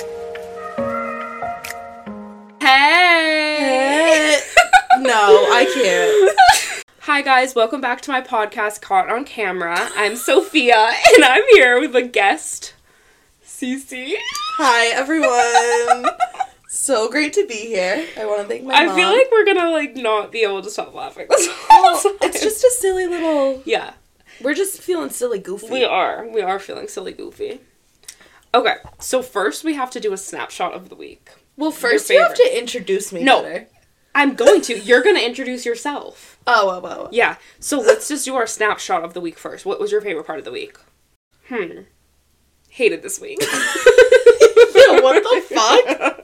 Hi, guys. Welcome back to my podcast, Caught on Camera. I'm Sophia, and I'm here with a guest, Cece. Hi everyone. so great to be here. I want to thank my I mom. feel like we're gonna, like, not be able to stop laughing this whole Oh, time. it's just a silly little. Yeah, We're just feeling silly, goofy. we are. We are feeling silly goofy. Okay, so first we have to do a snapshot of the week. Well, first Your you have to introduce me. No. Better. I'm going to. You're gonna introduce yourself. Oh, oh, oh, oh. Yeah, so let's just do our snapshot of the week first. What was your favorite part of the week? Hmm. Hated this week. Yeah, what the fuck?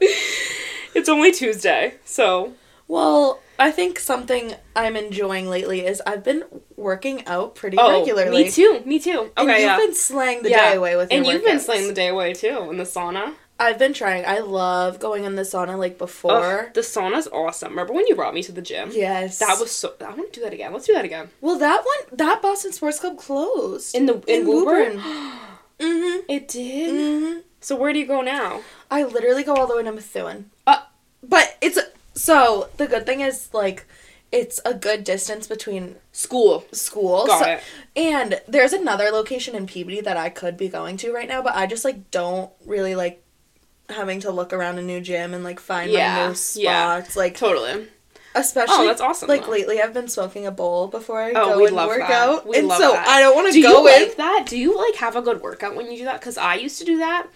It's only Tuesday, so Well, I think something I'm enjoying lately is I've been working out pretty Oh, regularly. Oh, Me too. Me too. Okay, And you've yeah. been slaying the Yeah. day away with and your you've been workouts. slaying the day away too in the sauna. I've been trying. I love going in the sauna like before. Ugh, the sauna's awesome. Remember when you brought me to the gym? yes, That was so. I want to do that again. Let's do that again well. That one, that Boston Sports Club closed in the in, Woburn. mm-hmm. It did. Mm-hmm. So where do you go now? I literally go all the way to Methuen. Uh, But it's so the good thing is like it's a good distance between school. schools. Got so- it. And there's another location in Peabody that I could be going to right now, but I just like don't really like having to look around a new gym and like find my Yeah, new spots. yeah. Like Totally. especially Oh, that's awesome, Like though. lately I've been smoking a bowl before I Oh, go we and love work that. out. We and love so that. I don't want Do to go you in. like that? Do you like have a good workout when you do that? Because I used to do that,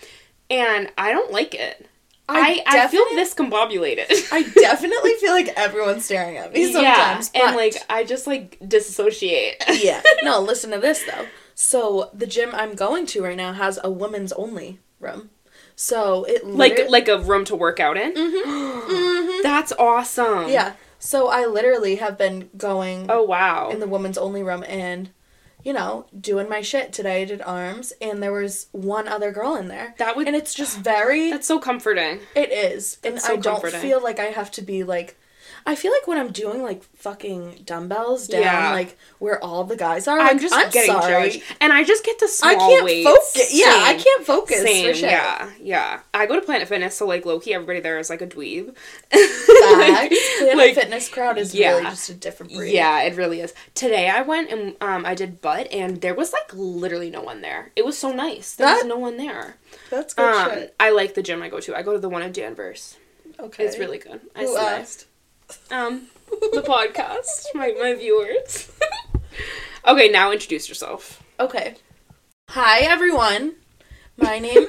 and I don't like it. I I, feel definite- discombobulated. I definitely feel like everyone's staring at me sometimes. Yeah, and but- like I just like disassociate. yeah. No, listen to this though. So the gym I'm going to right now has a women's only room. So it like liter- like a room to work out in. Mhm. That's awesome. Mm-hmm. yeah. So I literally have been going Oh wow. in the women's only room and you know doing my shit today. I did arms and there was one other girl in there. That would- and it's just very That's so comforting. it is and so I don't comforting. feel like I have to be like. I feel like when I'm doing like fucking dumbbells down, Yeah. like where all the guys are, I'm like, just getting sorry. judged, and I just get to small I can't weights. focus. Yeah, I Same. can't focus. Same, For sure. yeah, yeah. I go to Planet Fitness, so like low key, everybody there is like a dweeb. Facts. Planet like- fitness crowd is really yeah. just a different breed. yeah, it really is. Today I went and um, I did butt, and there was like literally no one there. It was so nice. There was That- no one there. that's good Um, shit. I like the gym I go to. I go to the one in Danvers. Okay, It's really good. I Who uh, sliced. asked? Um, the podcast, my my viewers. okay, now introduce yourself. Okay, hi everyone. My name.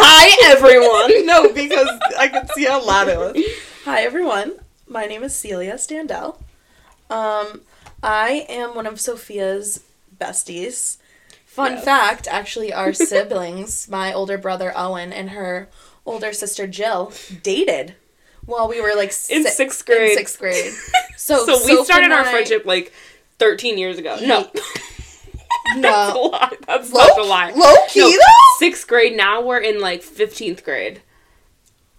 Hi, everyone. no, because I could see how loud it was. Hi everyone. My name is Celia Standell. Um, I am one of Sophia's besties. Fun Yes. fact, actually, our siblings, my older brother Owen and her older sister Jill, dated while we were like In si- sixth grade. In sixth grade. So, So we Soph started and our I- friendship like 13 years ago. No, that's a No, lie. That's Low- such a lie. low-key, No, though? Sixth grade. Now we're in like 15th grade.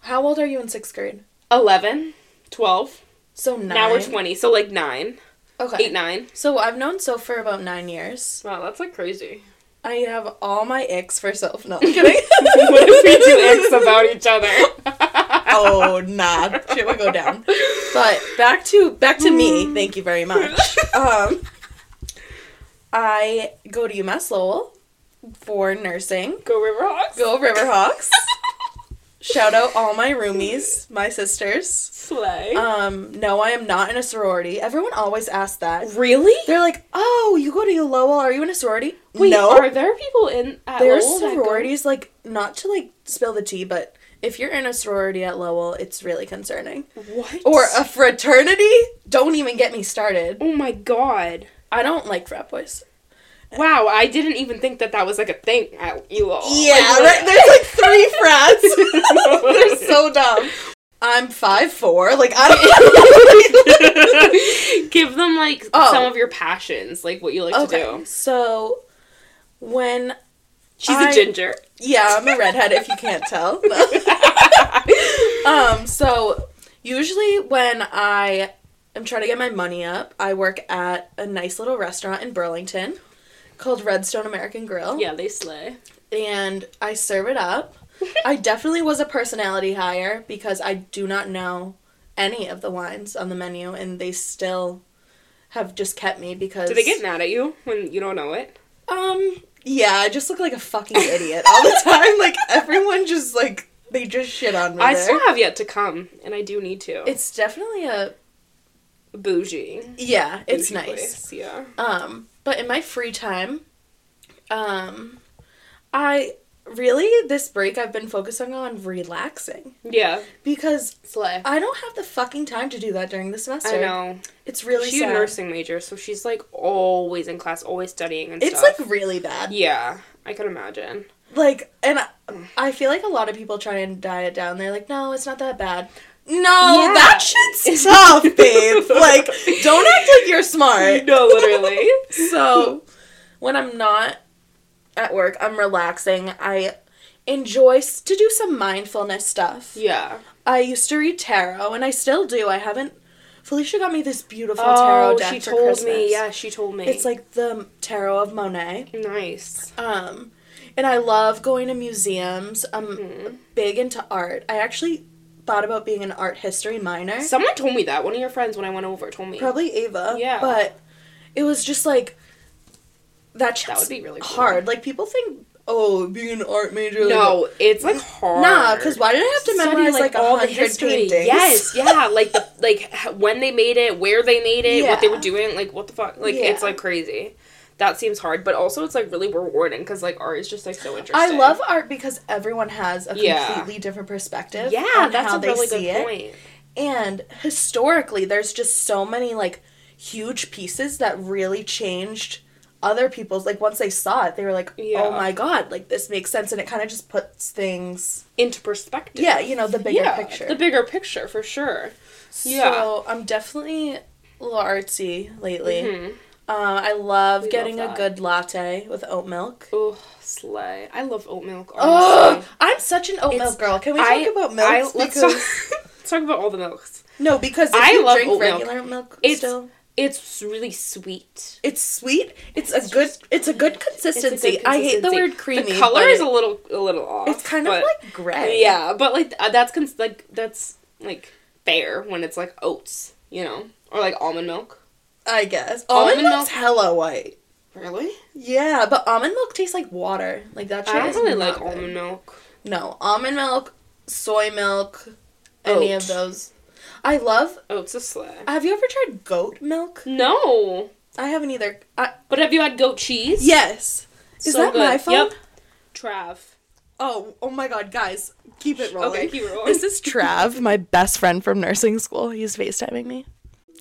how old are you in sixth grade? 11, 12. So nine. Now we're 20. So like nine, Okay. eight, nine. So I've known Soph for about nine years. Wow, that's like crazy. I have all my icks for Soph. No, I'm kidding. what if we do X about each other? oh nah shit will go down but back to back to me thank you very much um i go to umass lowell for nursing Go Riverhawks. go riverhawks shout out all my roomies my sisters Slay. um no i am not in a sorority everyone always asks that really? they're like oh you go to lowell are you in a sorority Wait, no are there people in at There are Lowell that go- sororities, like, not to, like, spill the tea, but if you're in a sorority at Lowell, it's really concerning. What? Or a fraternity? Don't even get me started. oh my god! I don't like frat boys. Wow, I didn't even think that that was like a thing at Elo. right- like three frats. They're so dumb. I'm five four. Like I don't. Give them like Oh. some of your passions, like what you like to okay, do. so when She's a I- ginger. yeah, I'm a redhead if you can't tell. um, so usually when I am trying to get my money up, I work at a nice little restaurant in Burlington called Redstone American Grill. yeah, they slay. and I serve it up. I definitely was a personality hire because I do not know any of the wines on the menu, and they still have just kept me because Do they get mad at you when you don't know it? um yeah, I just look like a fucking idiot all the time. Like everyone just like they just shit on me. I there. still have yet to come, and I do need to. It's definitely a bougie. yeah, it's Bougie nice. place, Yeah. Um, but in my free time, um, I really this break I've been focusing on relaxing Yeah. because Slay. I don't have the fucking time to do that during the semester. I know. It's really She's a sad. nursing major, so she's like always in class, always studying and It's stuff. like really bad. Yeah, I could imagine. Like, and I, I feel like a lot of people try and diet down. They're like, no, it's not that bad. No, Yeah. that shit's tough, babe. like, don't act like you're smart. No, literally. So, when I'm not at work, I'm relaxing. I enjoy s- to do some mindfulness stuff. yeah. I used to read tarot, and I still do. I haven't. Felicia got me this beautiful tarot deck Oh, she for told Christmas. me. Yeah, she told me. It's like the tarot of Monet. nice. Um, and I love going to museums. I'm Mm-hmm. big into art. I actually thought about being an art history minor. Someone told me that. One of your friends when I went over told me. Probably Ava. Yeah. But it was just like that. That shit's would be really cool. hard. Like people think, oh, being an art major. like- No, it's like hard. Nah, because why did I have to Study, memorize like, all the history? Paintings? Yes, yeah, like the like h- when they made it, where they made it, what they Yeah. were doing, like what the fuck, like Yeah. it's like crazy. That seems hard, but also it's like really rewarding because like art is just like so interesting. I love art because everyone has a Yeah. completely different perspective. Yeah, on that's how a they really see good it. point. And historically, there's just so many like huge pieces that really changed other people's. Like once they saw it, they were like, Yeah. "Oh my god, like this makes sense," and it kind of just puts things. Into perspective. Yeah, you know the bigger Yeah, picture. The bigger picture for sure. So I'm definitely a little artsy lately. Mhm. Uh, I love We getting love a that. good latte with oat milk. Oh, slay! I love oat milk. Oh, honestly. I'm such an oat It's- milk girl. Can we I- talk about milk? I- let's, talk, let's talk about all the milks. No, because if I you love drink oat milk. regular milk, It's still, it's really sweet. it's sweet. It's It's, a good. just- It's a good It's a consistency. good I hate the consistency. word creamy. The color but is a little a little off. It's kind but- of like gray. Yeah, but like uh, that's cons- like that's like fair when it's like oats, you know, or like almond milk. I guess almond, Almond milk's hella white. Really? Yeah, but almond milk tastes like water. Like that. Shit I don't is really not like good. almond milk. No, almond milk, soy milk, any Oat. of those. I love. Oats is slay. Have you ever tried goat milk? No, I haven't either. I, but have you had goat cheese? yes. Is So that good. my phone? Yep. Trav. Oh, oh my God, guys, keep it rolling. Okay, keep it rolling. This is Trav, my best friend from nursing school. He's FaceTiming me.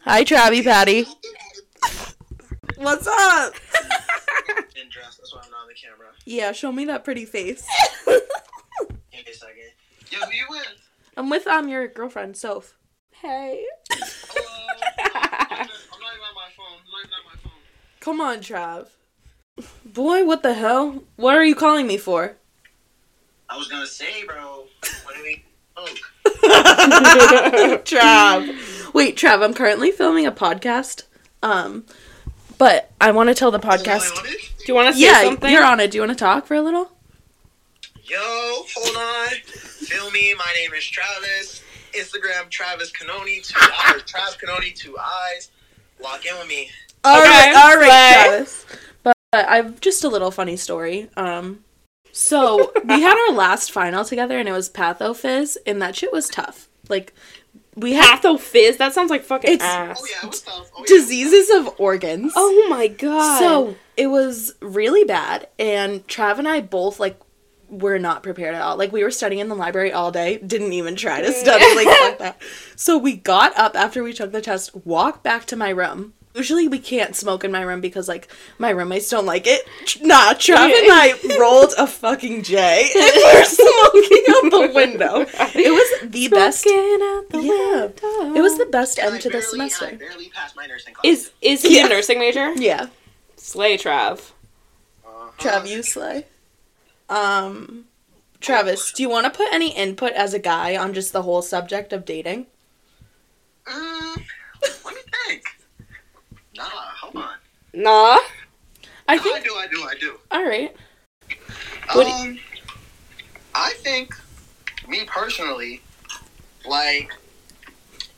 Hi, Travie Patty. What's up? in dress. That's why I'm not on the camera. Yeah, show me that pretty face. Give me a second. Yo, who you with? I'm with um your girlfriend, Soph. Hey. Hello. I'm not even on my phone. I'm not even on my phone. Come on, Trav. Boy, what the hell? What are you calling me for? I was gonna say, bro. What do we smoke? Trav. Wait, Trav, I'm currently filming a podcast. Um, but I want to tell the Wait, podcast. what is- Do you want to say Yeah, something? you're on it. Do you want to talk for a little? Yo, hold on. Feel me. My name is Travis. Instagram Travis Canoni. Two eyes. Travis Canoni. Two eyes. Lock in with me. All Okay, right, all right, slay. Travis. But, but I've just a little funny story. Um, so we had our last final together, and it was Patho Fizz, and that shit was tough. Like we had Patho Fizz? That sounds like fucking It's- ass. Oh yeah, what's up? Oh, yeah. diseases of organs. Oh my god. so it was really bad, and Trav and I both like were not prepared at all. Like we were studying in the library all day, didn't even try to study like fuck that. So we got up after we took the test, walked back to my room. Usually we can't smoke in my room because like my roommates don't like it. Tr- Nah, Trav and I rolled a fucking J and we're smoking out the window. It was the best. Looking out the yeah, window. it was the best And end I to the barely- and I semester. barely passed my nursing class. Is is he Yeah. a nursing major? Yeah. Slay Trav. Uh-huh. Trav, you slay. Um, Travis, do you want to put any input as a guy on just the whole subject of dating? Mm, let me think. Nah, hold on. Nah. I I think. do. I do. I do. All right. What do- um, I think, me personally, like,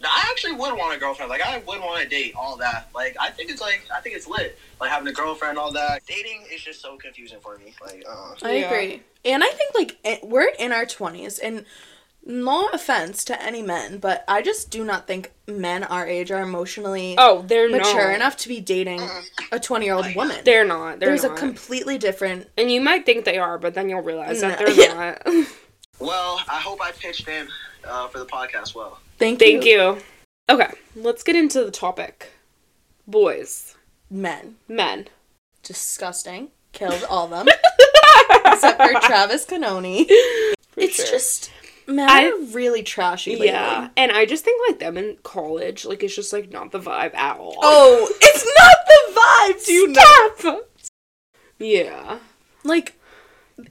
No, I actually would want a girlfriend. Like I would want to date all that. Like I think it's like I think it's lit. Like having a girlfriend, all that. Dating is just so confusing for me. Like uh, I Yeah. agree. And I think like it- we're in our 20s and no offense to any men, but I just do not think men our age are emotionally Oh, they're mature not. enough to be dating a 20-year-old Like, woman. They're not. They're There's not. a completely different and you might think they are, but then you'll realize that No. they're Yeah. not. well, I hope I pitched in uh, for the podcast. Well, thank, Thank you. Okay, let's get into the topic. Boys, men. men. Disgusting. Killed all them. Except for Travis Canoni. for It's sure. just men I- are really trashy lately. yeah, and I just think like them in college, like it's just like not the vibe at all. Oh, it's not the vibe, dude. Stop! Yeah. Like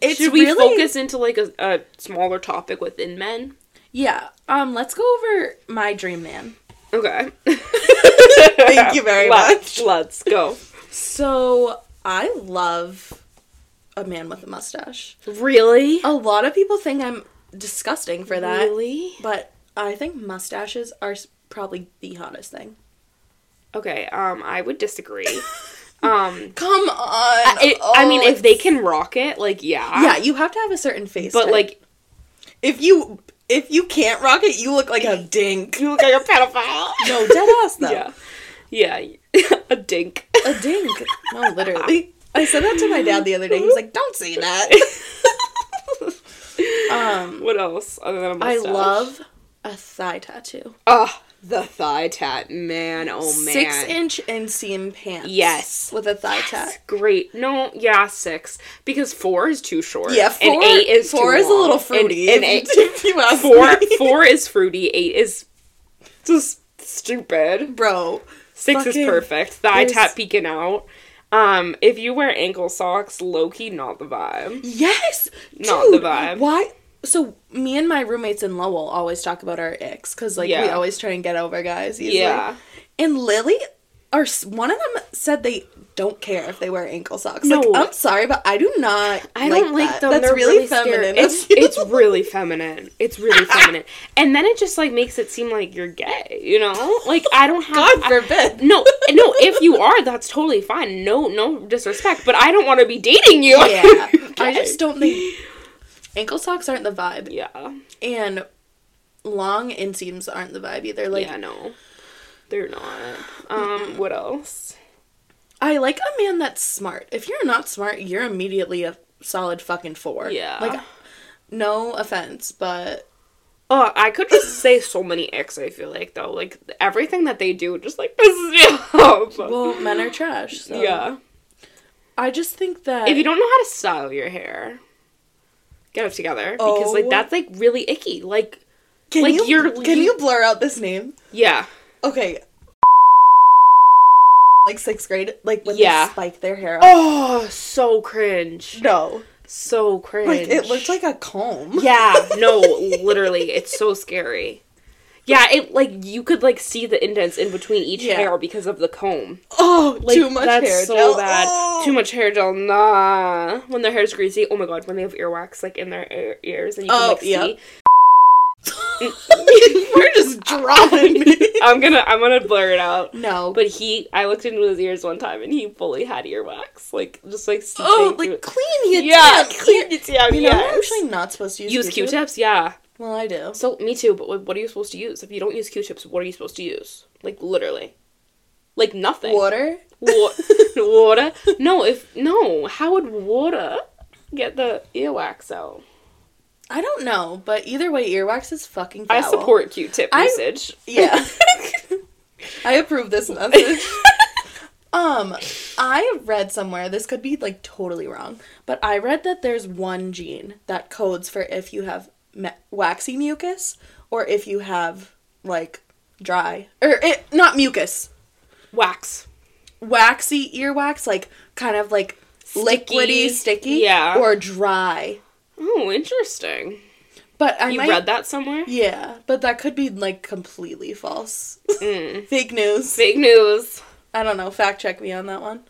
it's Should we really focus into like a, a smaller topic within men? Yeah. Um, let's go over my dream man. Okay. Thank you very let's, Let's go. So I love a man with a mustache. Really? A lot of people think I'm disgusting for that, Really? but I think mustaches are s- probably the hottest thing. Okay. Um, I would disagree. um, Come on. Uh, Oh, it, I mean, if they can rock it, like yeah. yeah, you have to have a certain face. But type. like, if you if you can't rock it, you look like a dink. you look like a pedophile. No, dead ass though. Yeah. Yeah. a dink. A dink. No, literally. I said that to my dad the other day. He was like, "Don't say that." um, What else? Other than a I mustache? love a thigh tattoo. Ah, the thigh tat, man. Oh man. Six inch inseam pants. Yes. With a thigh tat. Great. No, yeah, six. Because four is too short. Yeah, four, and eight is four too is a long. little And- fruity. And, if, eight, you- if you ask four, me. four is fruity. Eight is just stupid. bro. Six Fucking- is perfect. Thigh there's- tap peeking out. Um, if you wear ankle socks, low key not the vibe. Yes, Not the dude, vibe. Why? So me and my roommates in Lowell always talk about our icks because like we Yeah. always try and get over guys. Easily. Yeah. And Lily, or s- one of them said they don't care if they wear ankle socks. No. Like I'm sorry, but I do not. I don't like that. them. That's They're really, really, scary. feminine. It's, of you. it's really feminine. It's really feminine. And then it just like makes it seem like you're gay, you know? Like I don't have God I- forbid. no, no, if you are, that's totally fine. No, no disrespect, but I don't want to be dating you. yeah. I just don't think ankle socks aren't the vibe, Yeah. and long inseams aren't the vibe either. Like yeah, no. They're not. Um, what else? I like a man that's smart. If you're not smart, you're immediately a solid fucking four. Yeah. Like, no offense, but Oh, I could just say so many icks, I feel like though. Like everything that they do just like pisses me off. well, men are trash. So. yeah. I just think that If you don't know how to style your hair, get it together because Oh. like that's like really icky. Like can like, you you're- can you blur out this name? yeah, Okay. Like sixth grade, like when Yeah. they spike their hair. Up. oh, so cringe, no! so cringe. Like it looked like a comb. yeah, no, literally, it's so scary. Yeah, it like you could like see the indents in between each Yeah. hair because of the comb. Oh, Like, too much that's hair so gel. bad. Oh. Too much hair gel. Nah. When their hair's greasy. Oh my god. When they have earwax like in their ear- ears and you can Oh, like see. yeah. We're just dropping. I'm gonna I'm gonna blur it out. no, But he, I looked into his ears one time, and he fully had earwax, like just like seeping oh, through like it. clean your yeah, damn clean it down. You know, I'm yes. actually not supposed to use, use Q-tips. Yeah. Well, I do. So me too. But what- what are you supposed to use if you don't use Q-tips? What are you supposed to use? Like literally, like nothing. Water? Wa- water. No, if no, how would water get the earwax out? I don't know, but either way, earwax is fucking. I foul. support Q-tip I- usage. Yeah. I approve this message. um, I read somewhere this could be like totally wrong, but I read that there's one gene that codes for if you have me- waxy mucus or if you have like dry or it not mucus Wax. waxy earwax like kind of like liquidy sticky Yeah. or dry Oh, interesting. but i You might read that somewhere? Yeah, but that could be like completely false. Mm. Fake news. Hmm. Fake news. I don't know. Fact check me on that one.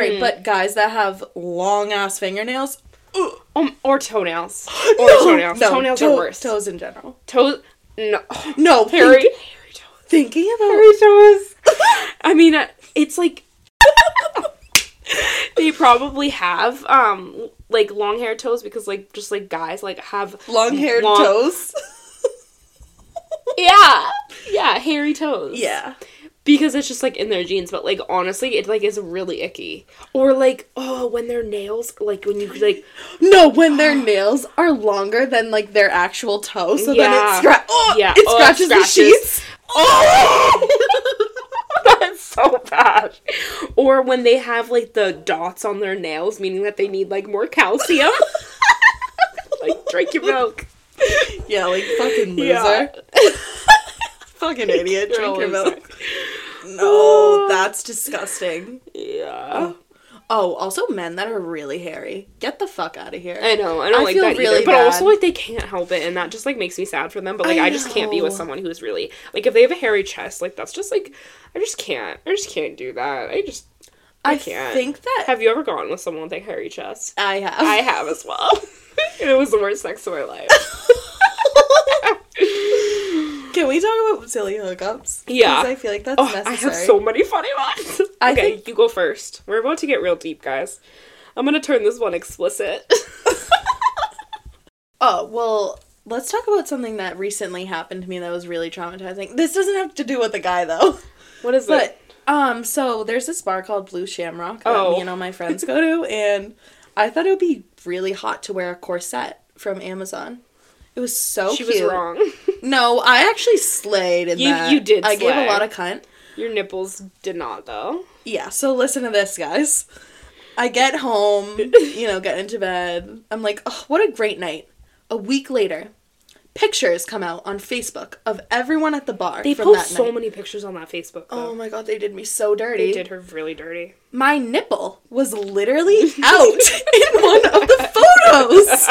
Hmm. right, but guys that have long ass fingernails oh, Um, or toenails. or toenails. Toenails are worse. Toes in general. Toes. No. No, Harry. pink- Thinking about Every show is. I mean, uh, it's like they probably have um like long hair toes because like just like guys like have long haired long- toes. yeah yeah hairy toes yeah. because it's just like in their jeans but like honestly it like is really icky or like oh when their nails like when you like No, when their nails are longer than like their actual toe, so then it Yeah. scratch. Oh, Yeah. it Oh, it scratches the scratches. sheets. Oh, that's so bad or when they have like the dots on their nails meaning that they need like more calcium like drink your milk yeah, like fucking loser, Yeah. fucking idiot. You're Drink a your loser. milk. No, Oh, that's disgusting. yeah Oh, also men that are really hairy. Get the fuck out of here. I know. I don't I like feel that really either. But bad. also, like, they can't help it, and that just like makes me sad for them. But like, I I, just can't be with know. someone who's really like, if they have a hairy chest, like that's just like, I just can't. I just can't do that. I just, I, I can't. think that Have you ever gone with someone with a hairy chest? I have. I have as well. and it was the worst sex of my life. Can we talk about silly hookups? Yeah. 'Cause I feel like that's Oh, I necessary. have so many funny ones. I okay, think- you go first. We're about to get real deep, guys. I'm gonna turn this one explicit. Oh, well, let's talk about something that recently happened to me that was really traumatizing. This doesn't have to do with a guy though. what is But it? um so there's this bar called Blue Shamrock that Oh. me and all my friends go to and I thought it would be really hot to wear a corset from Amazon. It was so she was cute. wrong. No, I actually slayed in You- that. you did I gave a slay. lot of cunt. Your nipples did not though. Yeah, so listen to this, guys. I get home, you know, get into bed. I'm like, oh, what a great night. A week later, pictures come out on Facebook of everyone at the bar They from post that so night. many pictures on that Facebook. Though. Oh my god, they did me so dirty. They did her really dirty. My nipple was literally out in one of the photos.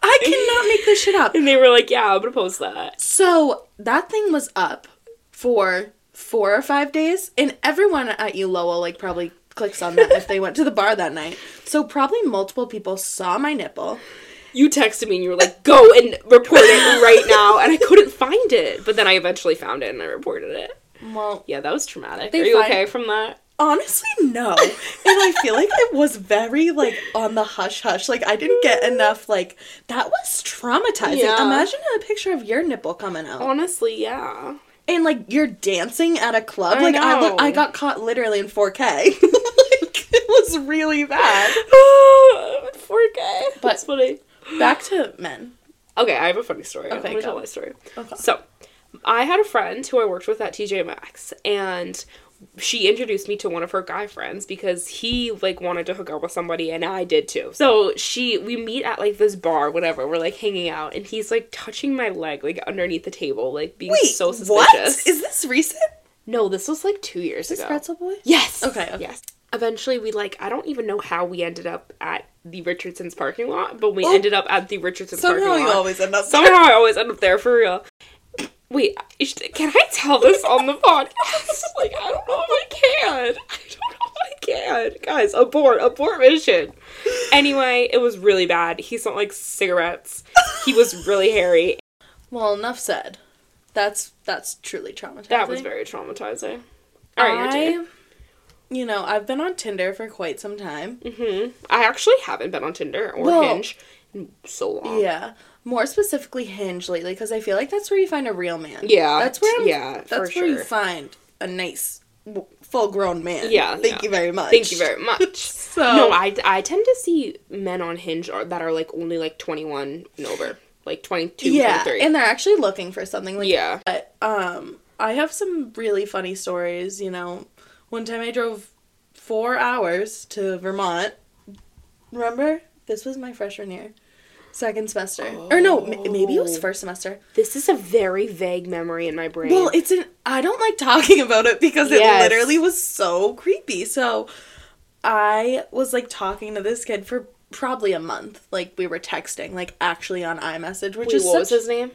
I cannot make this shit up. And they were like, "Yeah, I'm gonna post that." So that thing was up for four or five days, and everyone at Uloa like probably clicks on that if they went to the bar that night. So probably multiple people saw my nipple. You texted me and you were like, "Go and report it right now," and I couldn't find it. But then I eventually found it and I reported it. Well, Yeah, that was traumatic. They Are you find- okay from that? honestly, no. And I feel like it was very like on the hush hush. Like I didn't get enough. Like that was traumatizing. Yeah. Imagine a picture of your nipple coming out, Honestly, yeah. and like you're dancing at a club. I like I know. look, I got caught literally in 4K. like it was really bad. 4K. That's funny. Back to men. Okay, I have a funny story. I'm Okay, gonna go. tell my story. Okay. So, I had a friend who I worked with at TJ Maxx, and she introduced me to one of her guy friends because he like wanted to hook up with somebody, and I did too. So she, we meet at like this bar, whatever. We're like hanging out, and he's like touching my leg, like underneath the table, like being Wait, so suspicious. what? Is this recent? no, this was like two years This ago. pretzel boy? Yes. Okay, okay. Yes. Eventually, we like I don't even know how we ended up at the Richardson's parking lot, but we Oh. ended up at the Richardson's Somehow parking lot. you always end up. Somehow I always end up there for real. Wait, I should- can I tell this on the podcast? Like, I don't know if I can. I don't know if I can. Guys, abort, abort mission. Anyway, it was really bad. He smelled like cigarettes. He was really hairy. Well, enough said. That's that's truly traumatizing. That was very traumatizing. All right, I- your turn. You know, I've been on Tinder for quite some time. hmm I actually haven't been on Tinder or Well- Hinge in so long. Yeah. More specifically, Hinge lately, because I feel like that's where you find a real man. Yeah, That's where. I'm, yeah, That's where for you sure. find a nice, w- full-grown man. Yeah, Thank yeah. you very much. Thank you very much. So- no, I, I tend to see men on Hinge are, that are like only like 21 and over, like 22, Yeah, 23. and they're actually looking for something. Like, yeah. But um, I have some really funny stories. You know, one time I drove four hours to Vermont. Remember, this was my freshman year, second semester, or no, m- maybe it was first semester. This is a very vague memory in my brain. Well, it's an. I don't like talking about it because it Yes. literally was so creepy. So, I was like talking to this kid for probably a month. Like we were texting, like actually on iMessage, which Wait, is what was such- his name?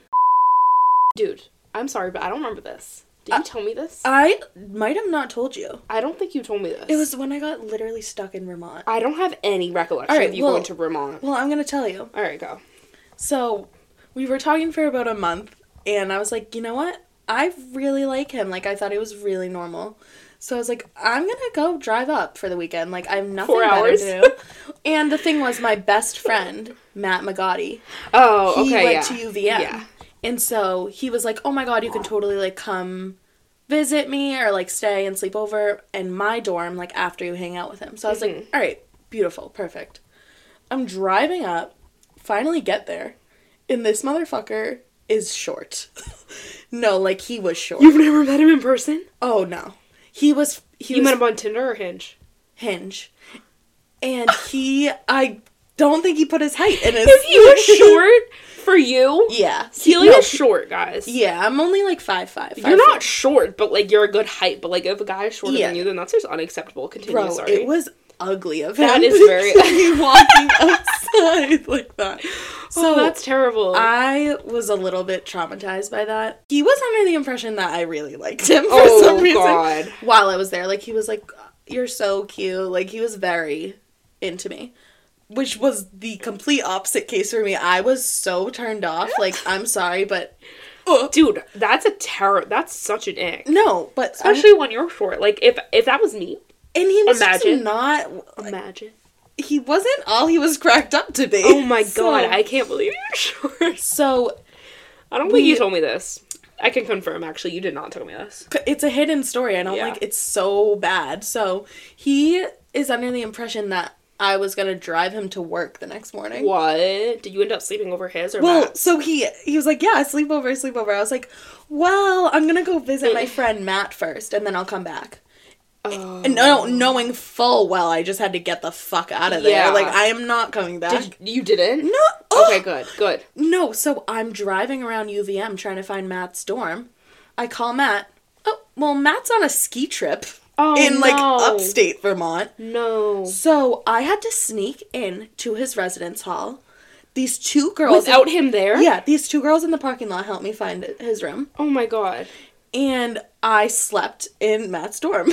Dude, I'm sorry, but I don't remember this. Did you tell me this? I might have not told you. I don't think you told me this. It was when I got literally stuck in Vermont. I don't have any recollection All right, of you well- going to Vermont. Well, I'm gonna tell you. All right, go. So we were talking for about a month, and I was like, you know what? I really like him. Like I thought he was really normal. So I was like, I'm gonna go drive up for the weekend. Like I have nothing Four better hours. to do. And the thing was, my best friend Matt McGaughty, Oh, he okay. went yeah. to UVM, Yeah. and so he was like, oh my god, you can totally like come visit me or like stay and sleep over in my dorm like after you hang out with him. So I was like, Mm-hmm. all right, beautiful, perfect. I'm driving up, finally get there, and this motherfucker is short. no, like he was short. You've never met him in person? Oh no. He was he You was met him on Tinder or Hinge? hinge. And he I don't think he put his height in his If he was short for you, Yeah. Keely No, is short, guys. Yeah, I'm only like five five. You're not short, but like you're a good height. But like if a guy is shorter Yeah. than you, then that's just unacceptable. Continue. bro, sorry. it was ugly of him. That is to very- be walking outside like that. So oh, that's terrible. I was a little bit traumatized by that. He was under the impression that I really liked him for Oh, some reason. God. While I was there, like he was like, "You're so cute." Like he was very into me, which was the complete opposite case for me. I was so turned off. Like I'm sorry, but Dude, that's a terror. That's such an ick. no, but I'm- Especially when you're short. Like if if that was me, and he was just Imagine. not. imagine. He wasn't all he was cracked up to be. Oh my So- god, I can't believe you're short. So I don't think you We- told me this. I can confirm. Actually, you did not tell me this. c- it's a hidden story. I don't Yeah. like it's so bad. So he is under the impression that I was gonna drive him to work the next morning. What did you end up sleeping over his or Well, Matt's? so he he was like, yeah, sleepover, sleepover. I was like, well, I'm gonna go visit my friend Matt first, and then I'll come back. Oh. And no, knowing full well, I just had to get the fuck out of there. Yeah. Like I am not coming Did, back. you didn't? no. Okay, Okay. good, good. No. So I'm driving around UVM trying to find Matt's dorm. I call Matt. Oh, well, Matt's on a ski trip Oh in like no. upstate Vermont. No. So I had to sneak in to his residence hall. These two girls Without him there? Yeah, these two girls in the parking lot helped me find his room, Oh my god. and I slept in Matt's dorm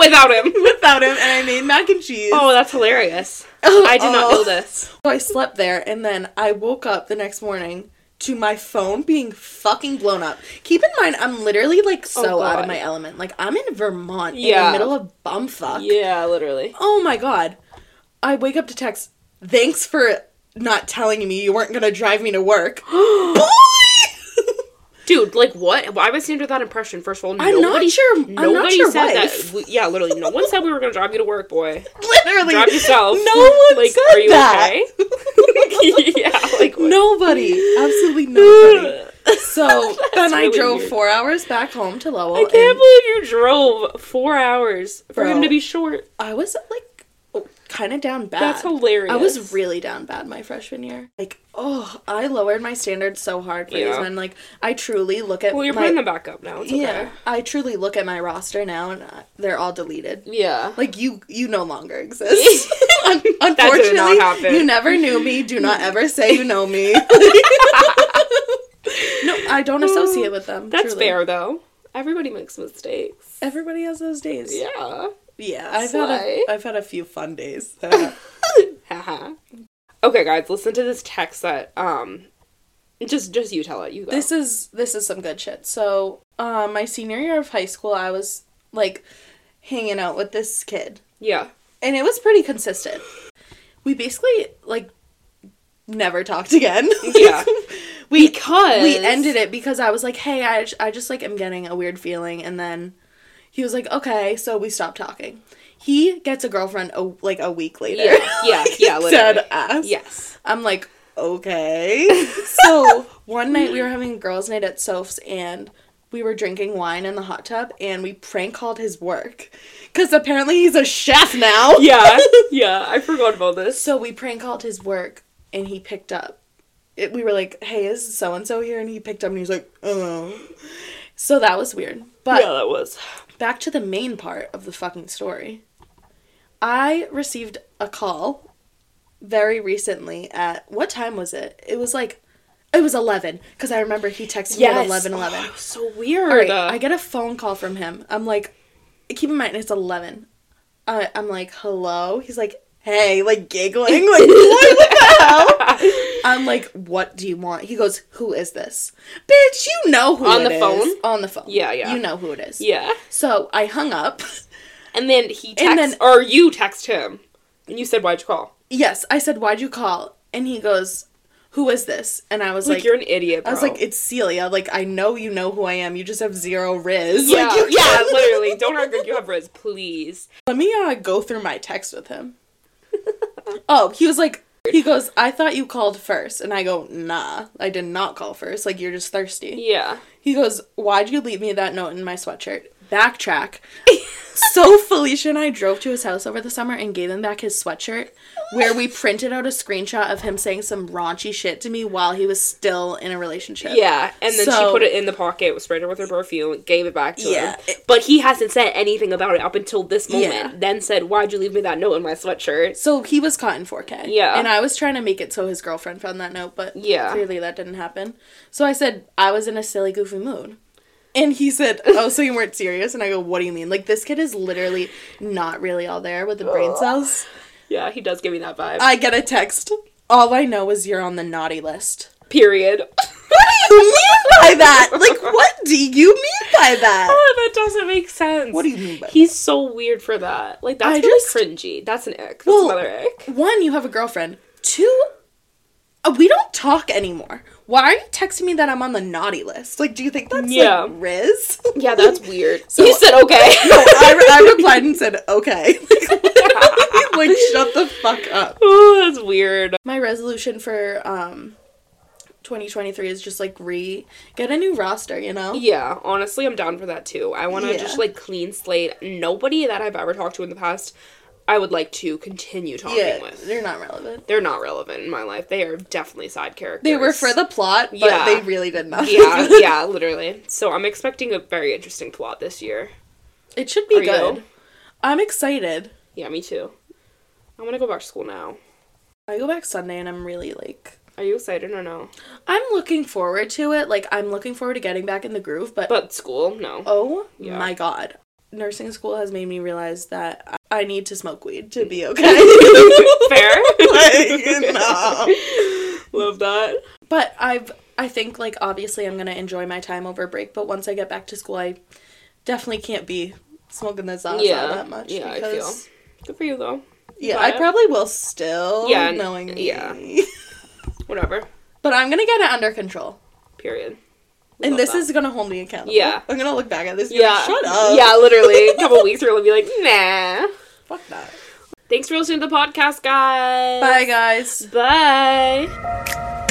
Without him. without him, and I made mac and cheese. Oh, that's hilarious. Oh, I did not oh. know this. So I slept there, and then I woke up the next morning to my phone being fucking blown up. Keep in mind, I'm literally like so Oh, out God. of my element. Like I'm in Vermont Yeah. in the middle of bumfuck. Yeah, literally. Oh my god. I wake up to text, thanks for not telling me you weren't gonna drive me to work. Boy! Dude, like what? Why was he under that impression? First of all, I'm nobody, not sure. I'm nobody not your said wife. that. We- yeah, literally, no one said we were gonna drive you to work, boy. Literally. Drive yourself. No one like, said are you that. okay? yeah, like what? Nobody. Absolutely nobody. So then I really drove weird. four hours back home to Lowell. I Oh, and can't believe you drove four hours for him Bro. to be short. I was like kind of down bad. That's hilarious. I was really down bad my freshman year. Like, oh, I lowered my standards so hard for these Yeah. men. Like, I truly look at Well, you're my, putting them back up now. It's okay. Yeah, I truly look at my roster now, and uh, they're all deleted. Yeah. Like you, you no longer exist. That Un- did not Unfortunately, happen. you never knew me. Do not ever say you know me. no, I don't associate with them. That's truly. fair though. Everybody makes mistakes. Everybody has those days. Yeah. yeah. I've had Sly. a, I've had a few fun days. that- Haha. Uh-huh. okay, guys, listen to this text that um just just you tell it. You go. this is this is some good shit. So, uh, my senior year of high school, I was like hanging out with this kid. yeah. and it was pretty consistent. We basically like never talked again. Yeah. we Because we ended it because I was like, "Hey, I j- I just like am getting a weird feeling." And then he was like, "Okay," so we stopped talking. He gets a girlfriend a, like a week later. Yeah, yeah, yeah, literally. Dead ass. Yes. I'm like, okay. so one night we were having girls' night at Sophes and we were drinking wine in the hot tub and we prank called his work. Cause apparently he's a chef now. Yeah. yeah. I forgot about this. So we prank called his work and he picked up. It, we were like, hey, is so and so here? And he picked up and he was like, oh. So that was weird. But yeah, that was. back to the main part of the fucking story. I received a call very recently at what time was it? It was like it was 11 cuz I remember he texted me at 11 Oh, it was so weird. All right, I get a phone call from him. I'm like keep in mind it's 11. I I'm like hello. He's like hey, like giggling, like what the hell? I'm like, what do you want? He goes, who is this? Bitch, you know who On it the is. phone? On the phone. Yeah, yeah. You know who it is. yeah. So I hung up. And then he texts, And then- or you text him, and you said, "Why'd you call?" Yes, I said, why'd you call? And he goes, who is this? And I was Like, like, you're an idiot. I was bro. like, it's Celia. Like, I know you know who I am. You just have zero riz. yeah, Like, you yeah, literally. Don't argue. You have Riz, please. Let me uh, go through my text with him. oh, he was like, he goes, I thought you called first. And I go, nah, I did not call first. Like, you're just thirsty. Yeah. He goes, why'd you leave me that note in my sweatshirt? Backtrack. so Felicia and I drove to his house over the summer and gave him back his sweatshirt where we printed out a screenshot of him saying some raunchy shit to me while he was still in a relationship. Yeah, and then she So- put it in the pocket, sprayed it with her perfume, gave it back to Yeah. him. But he hasn't said anything about it up until this moment. Yeah. Then said, "Why'd you leave me that note in my sweatshirt?" So he was caught in 4K. Yeah. And I was trying to make it so his girlfriend found that note, but Yeah. clearly that didn't happen. So I said, I was in a silly, goofy mood. And he said, Oh, so you weren't serious? And I go, What do you mean? Like, this kid is literally not really all there with the brain cells. Yeah, he does give me that vibe. I get a text. All I know is you're on the naughty list. Period. What do you mean by that? Like, what do you mean by that? Ah, that doesn't make sense. What do you mean by He's so weird for that. Like that's I really just- cringy. That's an ick. That's Well- another ick. One, you have a girlfriend. Two, uh, we don't talk anymore. Why are you texting me that I'm on the naughty list? Like, do you think that's Yeah. like Riz? Yeah, that's weird. So- he said okay. no, I, re- I replied and said, okay. like, shut the fuck up. oh, that's weird. My resolution for um 2023 is just like re get a new roster, you know? Yeah, honestly, I'm down for that too. I want to Yeah. just like clean slate. Nobody that I've ever talked to in the past, I would like to continue talking Yeah, with. they're not relevant. They're not relevant in my life. They are definitely side characters. They were for the plot, but Yeah. they really did not. yeah, yeah, literally. So I'm expecting a very interesting plot this year. It should be Are you? good. I'm excited. Yeah, me too. I'm gonna go back to school now. I go back Sunday and I'm really like Are you excited or no? I'm looking forward to it. Like I'm looking forward to getting back in the groove, but, But school, no. oh Yeah. my god. Nursing school has made me realize that I need to smoke weed to Mm. be okay. Fair. Like, no. Love that. But I've I think like obviously I'm gonna enjoy my time over break, but once I get back to school I definitely can't be smoking the zaza yeah, that much. Yeah, because, I feel. Good for you though. Yeah, But- I probably will still Yeah, n- knowing me. yeah. Whatever. But I'm gonna get it under control. Period. And Love this that. is gonna hold me accountable. Yeah. I'm gonna look back at this. Yeah. Yeah. Like, Shut up. Yeah, literally. A couple weeks we'll be like, nah. Fuck that. Thanks for listening to the podcast, guys. Bye guys. Bye.